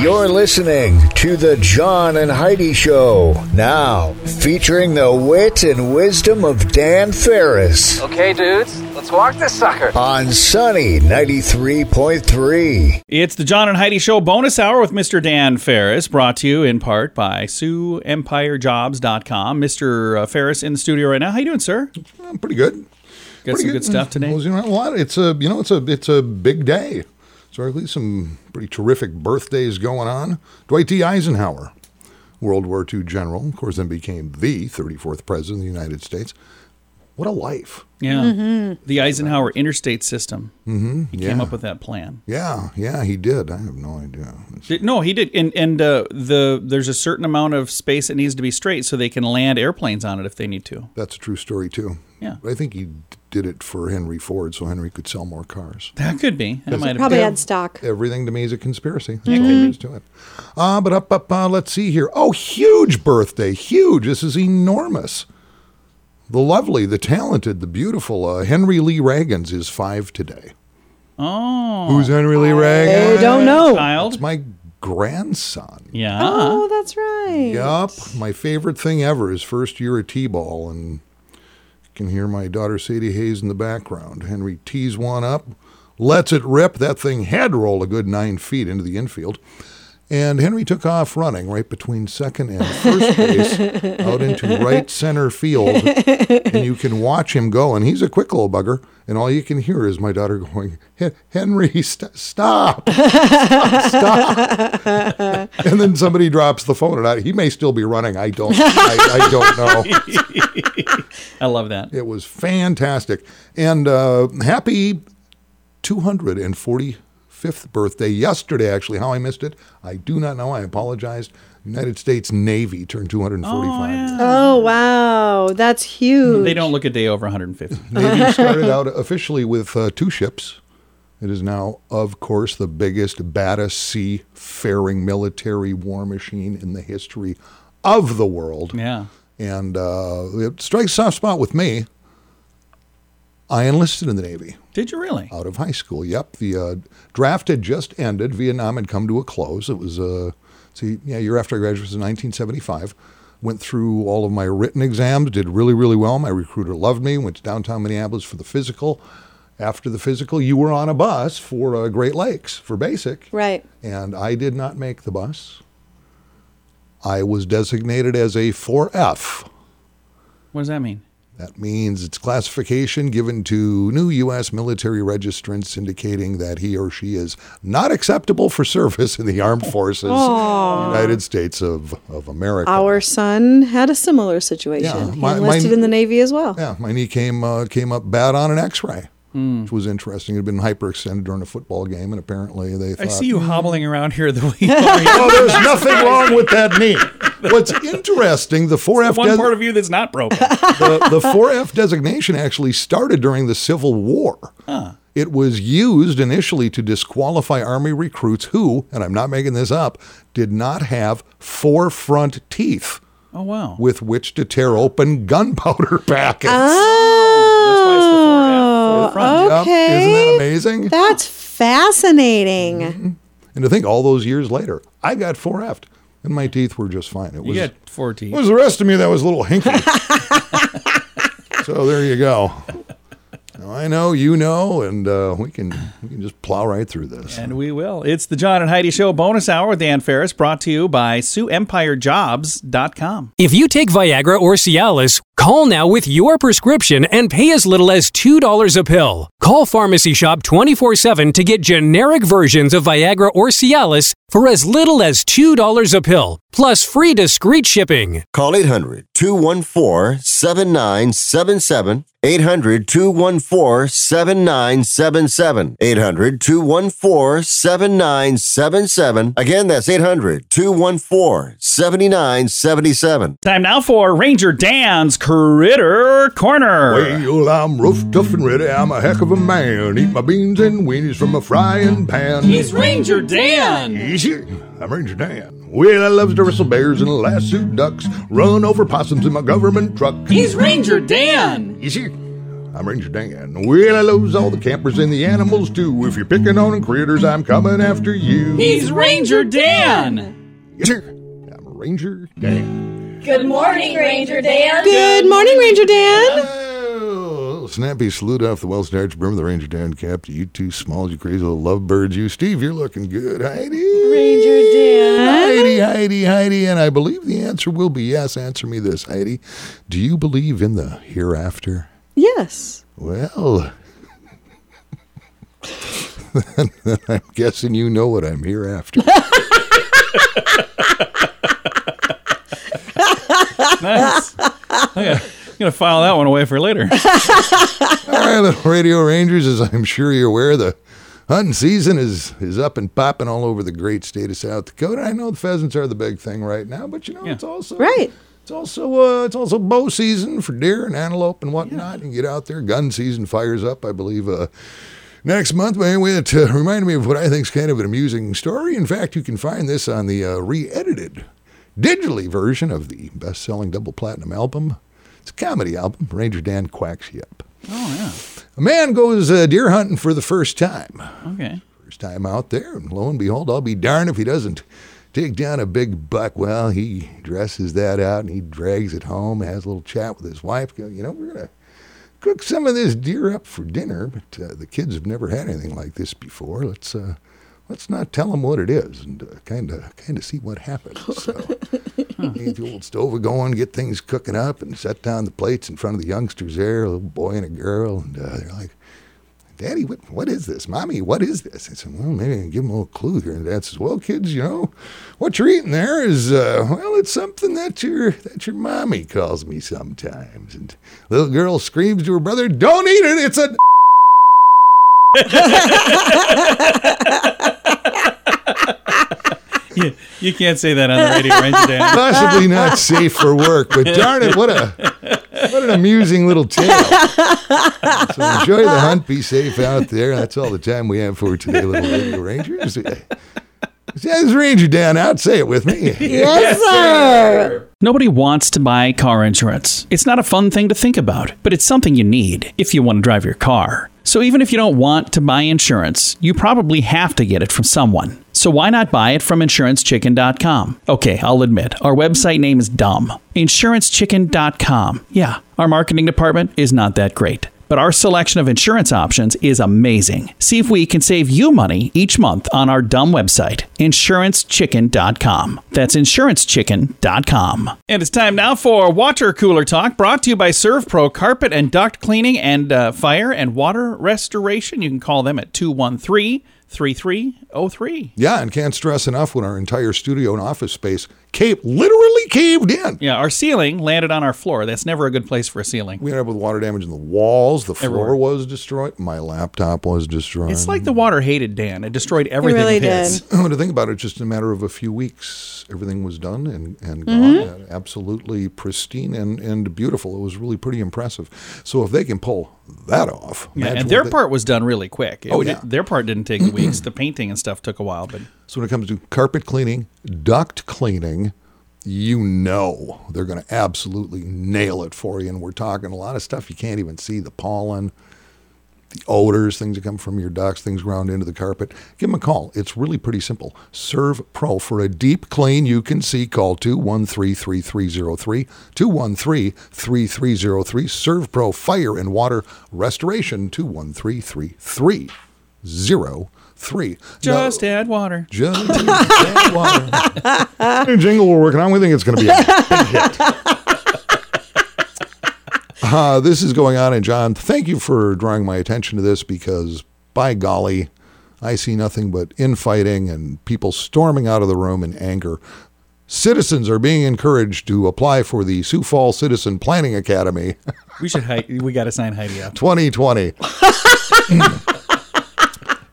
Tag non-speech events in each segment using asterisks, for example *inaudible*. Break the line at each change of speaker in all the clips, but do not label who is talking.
You're listening to The John and Heidi Show. Now, featuring the wit and wisdom of Dan Ferris
Okay, dudes, let's walk this sucker.
on Sunny 93.3.
It's the John and Heidi Show bonus hour with Mr. Dan Ferris, brought to you in part by E SueEmpireJobs.com. Mr. uh, Ferris in the studio right now. How you doing, sir?
I'm pretty good. Mm.
Got some good, stuff today.
Well, you know what? It's a you know it's a it's a big day. So at least some pretty terrific birthdays going on. Dwight D. Eisenhower, World War II general, of course, then became the 34th president of the United States. What a life!
Yeah,
Mm-hmm.
the Eisenhower Interstate System. Mm-hmm. He came
yeah.
up with that plan.
Yeah, yeah, he did. I have no idea. It's-
Did- No, he did, and and uh, the there's a certain amount of space that needs to be straight so they can land airplanes on it if they need to.
That's a true story too.
Yeah.
but I think he did it for Henry Ford, so Henry could sell more cars.
That could be. That might have
Probably
been.
had stock.
Everything to me is a conspiracy. That's all there is
Mm-hmm.
to it. Uh, but up, up, uh, let's see here. Oh, huge birthday. Huge. This is enormous. The lovely, the talented, the beautiful uh, Henry Lee Reagans is five today.
Oh,
Who's Henry Lee
I
Reagan?
don't know.
child.
It's my grandson.
Yeah.
Oh, that's right.
Yup. My favorite thing ever is first year at T ball, and you can hear my daughter Sadie Hayes in the background. Henry tees one up, lets it rip. That thing had to roll a good nine feet into the infield. And Henry took off running right between second and first base out into right center field. And you can watch him go. And he's a quick little bugger. And all you can hear is my daughter going, "Hen- Henry, st- stop and then somebody drops the phone, and I, he may still be running. I don't, I, I don't know.
I love that.
It was fantastic, and uh, happy 245th birthday yesterday. Actually, how I missed it, I do not know. I apologized. United States Navy turned 245.
Oh, wow. That's huge.
They don't look a day over 150.
*laughs* Navy started out officially with uh, two ships. It is now, of course, the biggest, baddest seafaring military war machine in the history of the world.
yeah.
and uh, it strikes a soft spot with me. I enlisted in the Navy
Did you really?
out of high school. Yep, the uh, draft had just ended. Vietnam had come to a close. It was uh, see, yeah, year after I graduated was in 1975. Went through all of my written exams. Did really, really well. My recruiter loved me. Went to downtown Minneapolis for the physical. After the physical, you were on a bus for uh, Great Lakes for basic
Right.
and I did not make the bus. I was designated as a 4F.
What does that mean?
That means it's classification given to new U.S. military registrants indicating that he or she is not acceptable for service in the armed forces, United States of, of America.
Our son had a similar situation.
Yeah,
he
my-
enlisted
mine-
in the Navy as well.
yeah, my knee came uh, came up bad on an X-ray,
Hmm.
which was interesting. It had been hyperextended during a football game, and apparently they thought,
I see you hobbling around here
*laughs*
the way you are.
"Oh,
*laughs*
there's nothing wrong with that knee." What's interesting, the 4F
One
does-
part of you that's not broken.
the, the 4F designation actually started during the Civil War. It was used initially to disqualify Army recruits who, and I'm not making this up, did not have four front teeth
Oh wow.
with which to tear open gunpowder *laughs* packets.
Oh,
That's why it's the 4F, 4F front.
Yep. Isn't that
okay.
amazing? Mm-hmm.
That's fascinating.
and to think all those years later, I got 4F'd and my teeth were just fine. It
You
was,
got
it
four teeth.
was the rest of me that was a little hinky. *laughs* so there you go. Now I know, you know, and uh, we can we can just plow right through this.
And we will. It's the John and Heidi Show bonus hour with Dan Ferris, brought to you by SueEmpireJobs.com.
If you take Viagra or Cialis, call now with your prescription and pay as little as $2 a pill. Call Pharmacy Shop 24 7 to get generic versions of Viagra or Cialis for as little as $2 a pill, plus free discreet shipping.
Call 800 214 7977 800 214 7977. 800 214 7977. Again, that's 800 214 7977.
Time now for Ranger Dan's Critter Corner.
Well, I'm rough, tough, and ready. I'm a heck of a man. Eat my beans and weenies from a frying pan.
Ranger Dan.
Yes, sir. I'm Ranger Dan. Well, I loves to wrestle bears and lasso ducks, run over possums in my government truck.
Ranger Dan.
Yes, sir. I'm Ranger Dan. Well, I loves all the campers and the animals too. If you're picking on critters, I'm coming after you.
Ranger Dan.
Yes, sir. I'm Ranger Dan.
Good morning, Ranger Dan.
Good morning, Ranger Dan.
Oh, Snappy salute off the well-starched brim of the Ranger Dan cap to you two small, you crazy little lovebirds. You, Steve, you're looking good. Heidi.
Ranger Dan.
Heidi, Heidi, Heidi, and I believe the answer will be yes. Answer me this, Heidi. Do you believe in the hereafter?
Yes.
Well, *laughs* then I'm guessing you know what I'm here after.
Nice. Okay. I'm gonna file that one away for later.
All right, little Radio Rangers, as I'm sure you're aware, the hunting season is, is up and popping all over the great state of South Dakota. I know the pheasants are the big thing right now, but you know
Yeah.
it's also
Right.
It's also uh, it's also bow season for deer and antelope and whatnot. You can get out there. Gun season fires up, I believe, uh, next month. But anyway, it uh, reminded me of what I think is kind of an amusing story. In fact, you can find this on the uh, re-edited, digitally version of the best-selling double platinum album. It's a comedy album. Ranger Dan quacks you up.
Oh
A man goes uh, deer hunting for the first time
yeah. Okay.
first time out there, and lo and behold, I'll be darned if he doesn't take down a big buck. Well, he dresses that out and he drags it home, has a little chat with his wife. Go, you know, we're gonna cook some of this deer up for dinner, but uh, the kids have never had anything like this before. Let's uh, let's not tell them what it is and kind of kind of see what happens. So. Get the old stove going, get things cooking up, and set down the plates in front of the youngsters there, a little boy and a girl, and uh, they're like, Daddy, what, what is this? Mommy, what is this? I said, well, maybe I can give them a little clue here. And Dad says, well, kids, you know, what you're eating there is, uh, well, it's something that your that your mommy calls me sometimes. And little girl screams to her brother, don't eat it. It's a
You, you can't say that on the radio, Ranger Dan.
possibly not safe for work, but darn it, what a what an amusing little tale. So enjoy the hunt, be safe out there. That's all the time we have for today, little radio rangers. Says Ranger Dan out, say it with me.
Yes, sir.
Nobody wants to buy car insurance. It's not a fun thing to think about, but it's something you need if you want to drive your car. So even if you don't want to buy insurance, you probably have to get it from someone. So why not buy it from insurancechicken.com? Okay, I'll admit, our website name is dumb. Insurancechicken.com. Yeah, our marketing department is not that great. But our selection of insurance options is amazing. See if we can save you money each month on our dumb website, insurancechicken.com. That's insurancechicken.com. And it's time now for Water Cooler Talk, brought to you by Serve Pro Carpet and Duct Cleaning and uh, Fire and Water Restoration. You can call them at 213 3303.
Yeah, and can't stress enough when our entire studio and office space caved, literally caved in.
Yeah, our ceiling landed on our floor. That's never a good place for a ceiling.
We ended up with water damage in the walls. The floor
Everywhere.
was destroyed. My laptop was destroyed.
It's like the water hated Dan. It destroyed everything
really
of his.
did.
when *laughs* to think about it, just a matter of a few weeks, everything was done and, and
Mm-hmm.
gone. Uh, Absolutely pristine and, and beautiful. It was really pretty impressive. So if they can pull that off,
Yeah,
imagine
and
what
their
they-
part was done really quick. It
Oh,
did-
yeah.
their part didn't
*clears throat*
take weeks. The painting and stuff took a while, but
So when it comes to carpet cleaning, duct cleaning, you know they're going to absolutely nail it for you. And we're talking a lot of stuff you can't even see the pollen, the odors, things that come from your ducts, things ground into the carpet. Give them a call. It's really pretty simple. Serve Pro for a deep clean you can see. Call 213 3303. 213 3303. Serve Pro Fire and Water Restoration 213 3303.
just add water.
Just that water. New jingle we're working on. We think it's going to be a big hit. *laughs* Uh, this is going on, and John, thank you for drawing my attention to this because, by golly, I see nothing but infighting and people storming out of the room in anger. Citizens are being encouraged to apply for the Sioux Falls Citizen Planning Academy
We should. Hi- we got to sign Heidi up.
2020.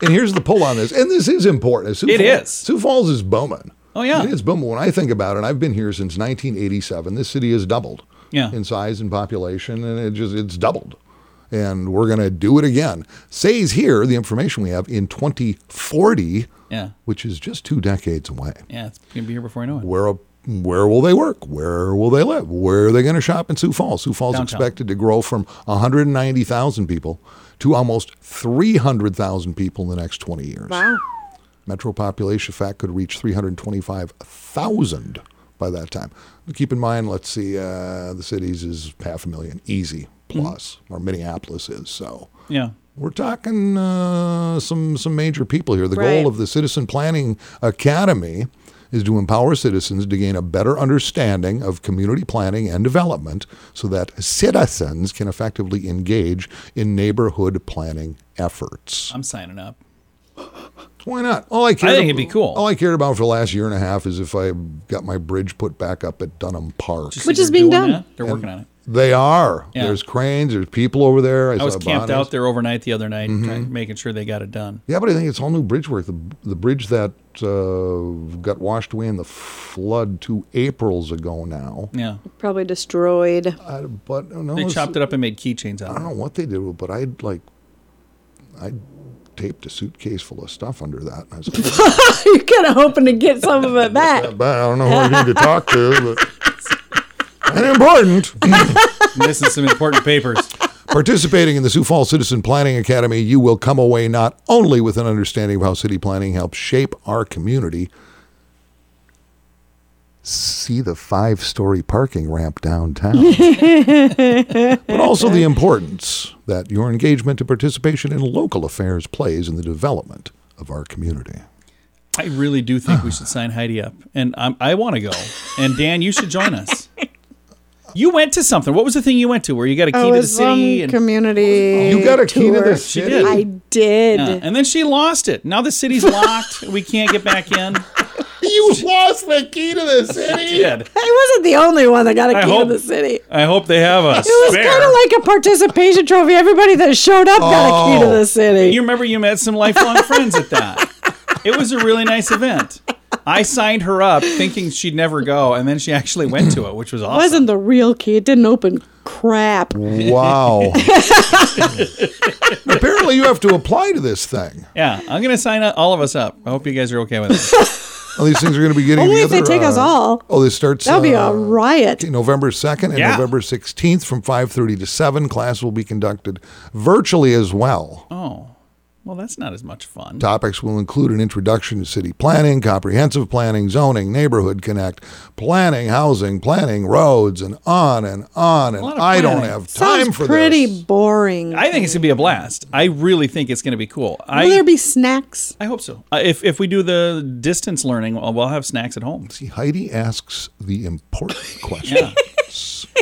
*laughs* and here's the pull on this. And this is important. Sioux
It
Falls,
is.
Sioux Falls is Bowman.
Oh, yeah.
It is Bowman. When I think about it, I've been here since 1987. This city has doubled
Yeah.
in size and population, and it just it's doubled. And we're going to do it again. Says here, the information we have in 2040,
Yeah.
which is just two decades away.
Yeah, it's gonna be here before I know it.
Where where will they work? Where will they live? Where are they going to shop in Sioux Falls? Sioux Falls is
Downtown.
expected to grow from 190,000 people to almost 300,000 people in the next 20 years.
Wow.
Metro population fact could reach 325,000 by that time. Keep in mind, let's see, uh, the cities is half a million easy plus, or Minneapolis is. So
Yeah.
we're talking uh, some some major people here. The
Right.
goal of the Citizen Planning Academy is to empower citizens to gain a better understanding of community planning and development so that citizens can effectively engage in neighborhood planning efforts.
I'm signing up.
Why not? All I care
think it'd be cool.
All I cared about for the last year and a half is if I got my bridge put back up at Dunham Park.
Just
Which
they're
is being
doing
done.
that. They're working on it.
They are.
Yeah.
There's cranes, there's people over there. I,
I was
saw
camped
Bonnie's.
out there overnight the other
Mm-hmm.
night, trying, making sure they got it done.
Yeah, but I think it's all new bridge work. The, the bridge that uh, got washed away in the flood two Aprils ago now.
Yeah.
Probably destroyed.
I, but no,
They chopped it up and made keychains out
I don't
of
know
it.
what they did, but I would like, I taped a suitcase full of stuff under that. And I, was
*laughs*
like,
You're kind of hoping to get some of it back.
*laughs* "But I don't know who I need to talk
*laughs*
to, but and important.
Missing some important papers.
Participating in the Sioux Falls Citizen Planning Academy, you will come away not only with an understanding of how city planning helps shape our community, see the five story parking
*laughs*
ramp downtown, but also the importance that your engagement and participation in local affairs plays in the development of our community.
I really do think we should sign Heidi up, and um, I want to go. And Dan, you should join
*laughs*
us. You went to something. What was the thing you went to where you got a key
I
to the
was um,
city?
on
And,
community.
You got a key to
tour.
the
She
city?
did.
I did.
Yeah, and then she lost it. Now the
*laughs*
city's locked. we can't get back in.
You lost the key
*laughs*
to the city.
Did.
I wasn't the only one that got a
I
key
hope-
to the city.
I hope they have us.
*laughs* It was kind of like a participation trophy. Everybody that showed up got a key to
Oh.
the city.
You remember you met some lifelong friends at that. It was a really nice event. I signed her up thinking she'd never go, and then she actually went to it, which was awesome.
wasn't the real key. It didn't open crap. *laughs*
Wow. Apparently, you have to apply to this thing.
Yeah, I'm gonna sign up, all of us up. I hope you guys are okay
*laughs*
with it.
Oh, these things are going to be getting
Only
the
if they
other,
take us
uh,
all.
Oh, this starts.
That would be
uh,
a riot.
okay, November second and
Yeah.
November sixteenth from five thirty to seven. Class will be conducted virtually as well.
Oh, well, that's not as much fun.
Topics will include an introduction to city planning, comprehensive planning, zoning, neighborhood connect, planning, housing, planning, roads, and on and on. And
lot of
I don't
planning.
have time
Sounds
for
pretty
this.
boring.
I think it's gonna be a blast. I really think it's gonna be cool.
Will there
I
be snacks?
I hope so. Uh, if if we do the distance learning, well, we'll have snacks at home.
See, Heidi asks
*laughs*
the important
Yeah.
question.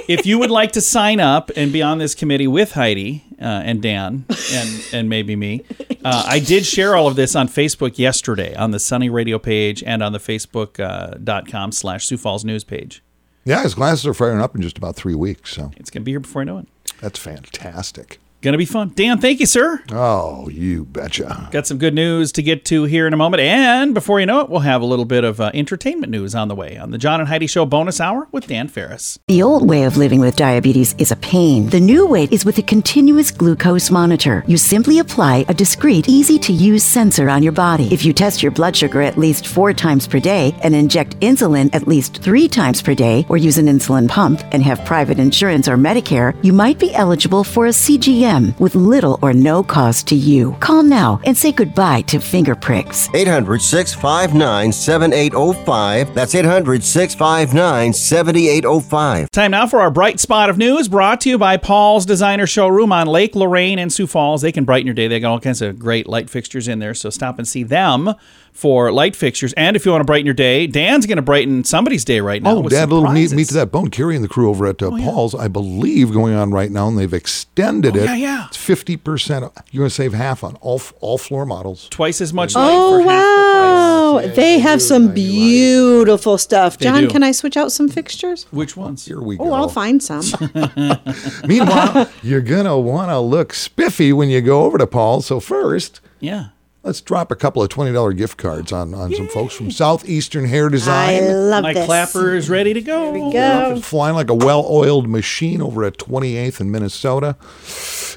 if you would like to sign up and be on this committee with Heidi uh, and Dan and and maybe me, uh, I did share all of this on Facebook yesterday on the Sunny Radio page and on the Facebook uh, dot com slash Sioux Falls News page.
yeah, his classes are firing up in just about three weeks, so
It's gonna be here before I know it.
that's fantastic.
Gonna be fun. Dan, thank you, sir.
Oh, you betcha.
Got some good news to get to here in a moment. And before you know it, we'll have a little bit of uh, entertainment news on the way on the John and Heidi Show bonus hour with Dan Ferris.
The old way of living with diabetes is a pain. The new way is with a continuous glucose monitor. You simply apply a discreet, easy to use sensor on your body. If you test your blood sugar at least four times per day and inject insulin at least three times per day, or use an insulin pump and have private insurance or Medicare, you might be eligible for a CGM with little or no cost to you. Call now and say goodbye to finger pricks.
800 659 7805. That's 800 659 7805.
Time now for our bright spot of news brought to you by Paul's Designer Showroom on Lake Lorraine in Sioux Falls. They can brighten your day. They got all kinds of great light fixtures in there, so stop and see them for light fixtures. And if you want to brighten your day, Dan's going to brighten somebody's day right now.
Oh,
with
Dad, little meat,
surprises.
meat to that bone. Carrie and the crew over at uh, Paul's, I believe, going on right now, and they've extended
Oh,
it
yeah, yeah.
It's 50% off. You're going to save half on all, f- all floor models.
Twice as much
Oh wow! Oh, they have some beautiful stuff.
They
John,
do.
can I switch out some fixtures?
Which ones?
Here we
Oh, I'll find some.
*laughs*
*laughs*
Meanwhile, you're going to want to look spiffy when you go over to Paul. So, first,
Yeah.
let's drop a couple of $20 gift cards on, on some folks from Southeastern Hair Design.
My clapper is ready to go. There we
It's flying like a well-oiled machine over at 28th in Minnesota,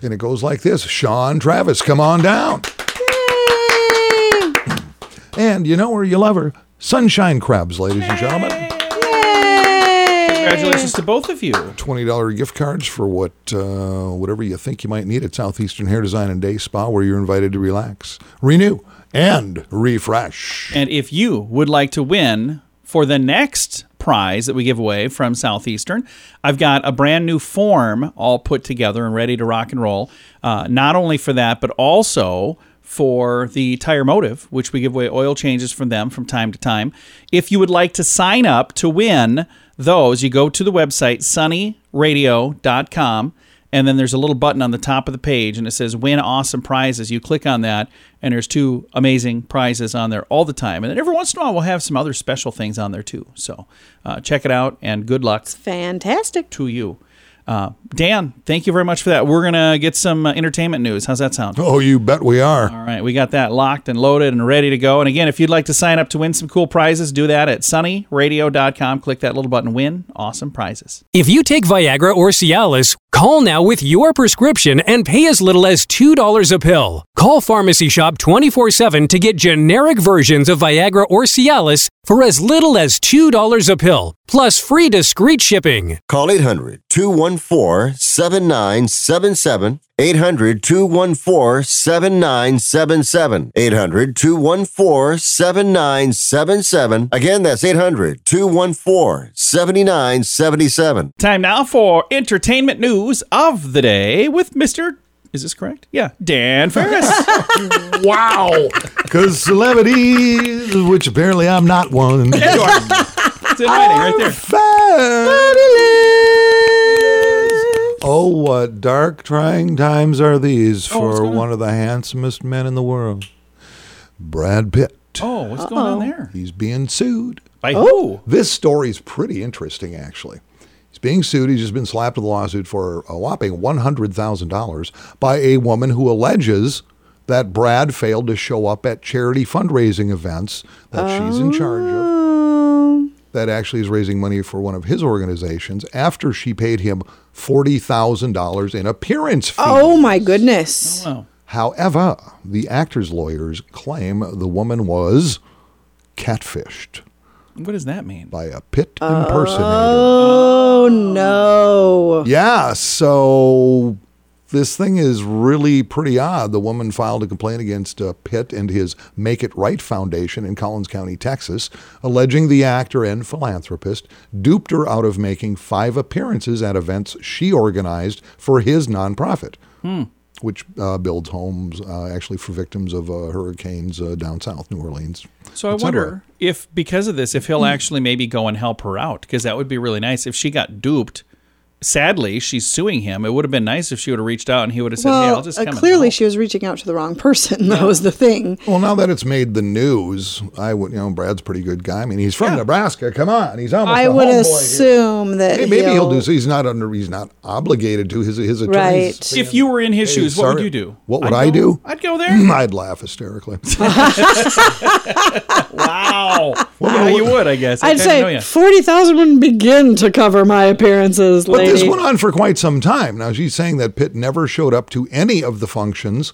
and it goes like this: Sean Travis, come on down. And you know her, you love her. Sunshine crabs, ladies and gentlemen.
Congratulations to both of you.
Twenty dollar gift cards for what uh, whatever you think you might need at Southeastern Hair Design and Day Spa, where you're invited to relax, renew, and refresh.
And if you would like to win for the next prize that we give away from Southeastern, I've got a brand new form all put together and ready to rock and roll. Uh, not only for that, but also for the tire motive, which we give away oil changes from them from time to time. If you would like to sign up to win those, you go to the website sunnyradio.com. And then there's a little button on the top of the page and it says win awesome prizes. You click on that and there's two amazing prizes on there all the time. And then every once in a while we'll have some other special things on there too. So uh, check it out and good luck
Fantastic.
to you. Uh, Dan, thank you very much for that. We're going to get some uh, entertainment news. How's that sound?
Oh, you bet we are.
All right, we got that locked and loaded and ready to go. And again, if you'd like to sign up to win some cool prizes, do that at sunnyradio.com. Click that little button, win awesome prizes.
If you take Viagra or Cialis, call now with your prescription and pay as little as $2 a pill. Call Pharmacy Shop 24 7 to get generic versions of Viagra or Cialis for as little as $2 a pill, plus free discreet shipping.
Call 800 214 7977. 800 214 7977. 800 214 7977. Again, that's 800 214 7977.
Time now for entertainment news of the day with Mr. Is this correct? Yeah, Dan
*laughs*
Ferris.
wow. Because celebrities, which apparently I'm not one.
It's in writing right there.
Oh, what dark, trying times are these
Oh,
for one of the handsomest men in the world, Brad Pitt.
Oh, what's going on there? Oh.
He's being sued.
By who?
This story's pretty interesting, actually. He's being sued. He's just been slapped with a lawsuit for a whopping $100,000 by a woman who alleges that Brad failed to show up at charity fundraising events that she's in charge
Oh.
of. That actually is raising money for one of his organizations after she paid him $40,000 in appearance fees.
Oh my goodness.
However, the actor's lawyers claim the woman was catfished
What does that mean?
by a pit impersonator.
Oh no.
Yeah, so this thing is really pretty odd. The woman filed a complaint against uh, Pitt and his Make It Right Foundation in Collins County, Texas, alleging the actor and philanthropist duped her out of making five appearances at events she organized for his nonprofit.
Hmm.
Which uh, builds homes uh, actually for victims of uh, hurricanes uh, down south, New Orleans.
So I
et cetera.
wonder if because of this, if he'll actually maybe go and help her out because that would be really nice. If she got duped, sadly, she's suing him. It would have been nice if she would have reached out and he would have said, "Hey, I'll
Well,
just
uh,
come." and
clearly
help."
she was reaching out to the wrong person. *laughs* That was the thing.
Well, now that it's made the news, I would, you know, Brad's a pretty good guy. I mean, he's from Nebraska. Come on, he's almost.
I
a
would
homeboy here.
assume that
Hey, maybe he'll,
he'll
do so. He's not under. He's not obligated to his his
Right.
attorneys.
If you were in his
Hey,
shoes, what would
sorry.
you do?
What would
I'd
I
go-
do?
I'd go there.
*laughs* I'd
*laughs*
laugh hysterically.
wow. yeah, you would, I guess.
I'd
Okay, I know
say
ya.
forty thousand wouldn't begin to cover my appearances,
But
lady.
this went on for quite some time. Now she's saying that Pitt never showed up to any of the functions,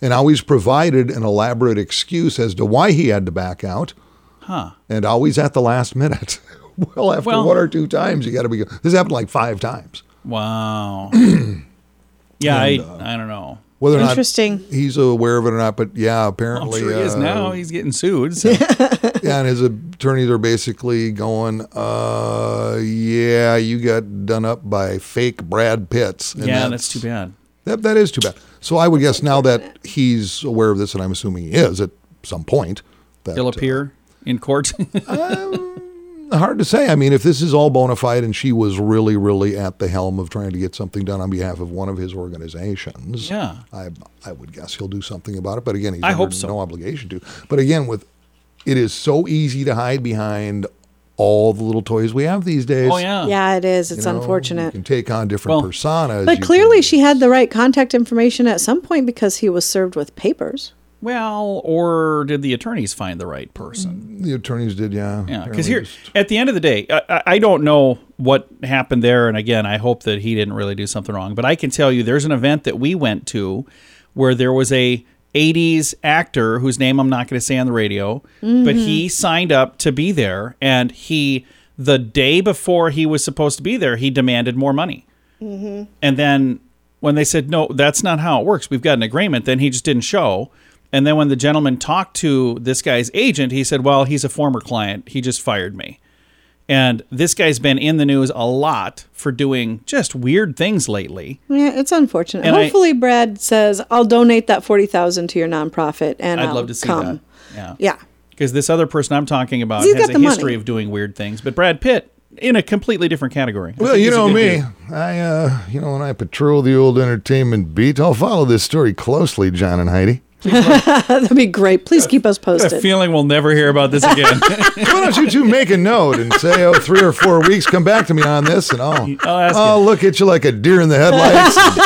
and always provided an elaborate excuse as to why he had to back out,
Huh.
and always at the last minute. *laughs* well, after
Well-
one or two times, you got to be. This happened like five times.
*clears throat* Wow. yeah, I, I don't know.
Whether or not
Interesting.
he's aware of it or not, but yeah,
I'm
apparently
sure he is
uh,
now. He's getting sued. So.
*laughs* Yeah, and his attorneys are basically going, uh, yeah, you got done up by fake Brad Pitts. And
yeah, that's too bad.
That, that is too bad. So I would guess now that he's aware of this, and I'm
uh,
assuming he is at some point,
*laughs*
that
He'll appear in court.
uh, hard to say. I mean, if this is all bona fide and she was really, really at the helm of trying to get something done on behalf of one of his organizations,
Yeah.
I I would guess he'll do something about it. But again, he's
I
under
hope so.
no obligation to. But again, with it is so easy to hide behind all the little toys we have these days.
Oh,
Yeah, it is.
You
It's
know, You
unfortunate.
can take on different personas.
But
You-
clearly, she had the right contact information at some point because he was served with papers.
Well, or did the attorneys find the right person?
the attorneys did, yeah.
Yeah,
apparently
because here,
just-
at the end of the day, I, I- I don't know what happened there. And again, I hope that he didn't really do something wrong. But I can tell you, there's an event that we went to where there was a 80s actor whose name I'm not going to say on the radio, but
Mhm.
he signed up to be there, and he the day before he was supposed to be there, he demanded more money.
Mm-hmm.
And then when they said, no, that's not how it works, we've got an agreement, then he just didn't show. And then when the gentleman talked to this guy's agent, he said, well, he's a former client. He just fired me. And this guy's been in the news a lot for doing just weird things lately.
Yeah, it's unfortunate.
And I-
Hopefully, Brad says, "I'll donate that forty thousand to your nonprofit, and
I'd
will
love to see
come."
that. Yeah.
Yeah,
Because this other person I'm talking about
'Cause he's
has
got
a
the money.
history of doing weird things. But Brad Pitt, in a completely different category. I
Well,
think
you
he's a
know
good
me.
dude.
I, uh, you know, when I patrol the old entertainment beat, I'll follow this story closely, John and Heidi.
that'd be great. Please keep us
I got a
posted.
feeling we'll never hear about this
*laughs*
again.
Why don't you two make a note and say, oh, three or four weeks, come back to me on this, and I'll,
I'll,
look at you like a deer in the headlights. and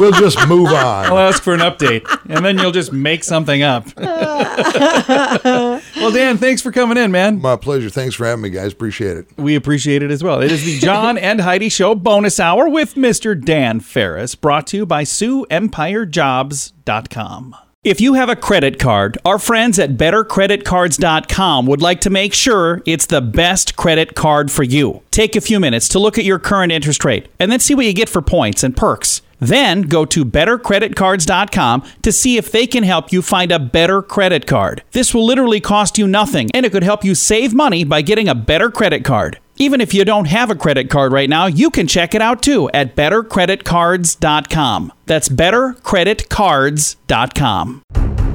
we'll just move on.
I'll ask for an update, and then you'll just make something up. well, Dan, thanks for coming in, man.
My pleasure. Thanks for having me, guys. Appreciate it.
We appreciate it as well. It is the John and Heidi Show bonus hour with Mr. Dan Ferris, brought to you by SueEmpireJobs.com. If you have a credit card, our friends at bettercreditcards.com would like to make sure it's the best credit card for you. Take a few minutes to look at your current interest rate and then see what you get for points and perks. Then go to bettercreditcards.com to see if they can help you find a better credit card. This will literally cost you nothing, and it could help you save money by getting a better credit card. Even if you don't have a credit card right now, you can check it out too at bettercreditcards.com. That's bettercreditcards.com.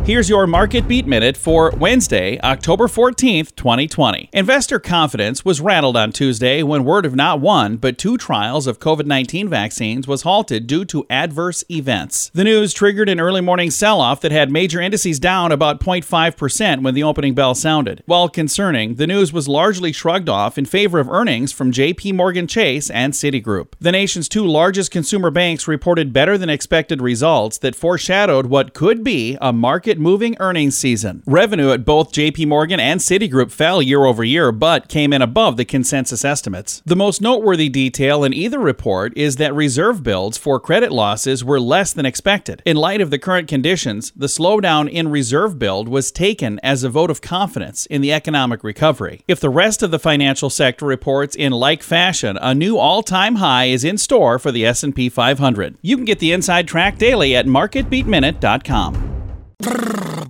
Here's your Market Beat Minute for Wednesday, October 14th, 2020. Investor confidence was rattled on Tuesday when word of not one, but two trials of COVID 19 vaccines was halted due to adverse events. The news triggered an early morning sell off that had major indices down about 0.5% when the opening bell sounded. While concerning, the news was largely shrugged off in favor of earnings from JP Morgan Chase and Citigroup. The nation's two largest consumer banks reported better than expected results that foreshadowed what could be a market moving earnings season. Revenue at both JP Morgan and Citigroup fell year over year but came in above the consensus estimates. The most noteworthy detail in either report is that reserve builds for credit losses were less than expected. In light of the current conditions, the slowdown in reserve build was taken as a vote of confidence in the economic recovery. If the rest of the financial sector reports in like fashion, a new all-time high is in store for the S&P 500. You can get the inside track daily at marketbeatminute.com.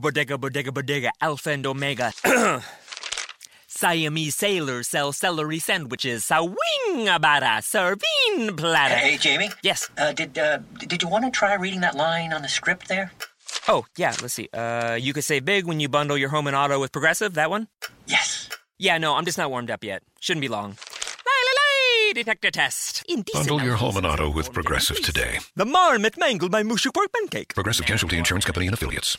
Bodega, bodega, bodega, alpha and omega. *clears throat* Siamese sailors sell celery sandwiches. A wing about a serving platter.
Hey, Jamie.
Yes.
Uh, did uh, did you want to try reading that line on the script there?
Oh, yeah, let's see. Uh, you could save big when you bundle your home and auto with Progressive, that one? Yes. Yeah, no, I'm just not warmed up yet. Shouldn't be long. Lay, lay, lay, detector test. Indecent
Bundle your
outcomes.
home and auto with Progressive today.
The marmot mangled my mushuk pork pancake.
Progressive Casualty Insurance Company and affiliates.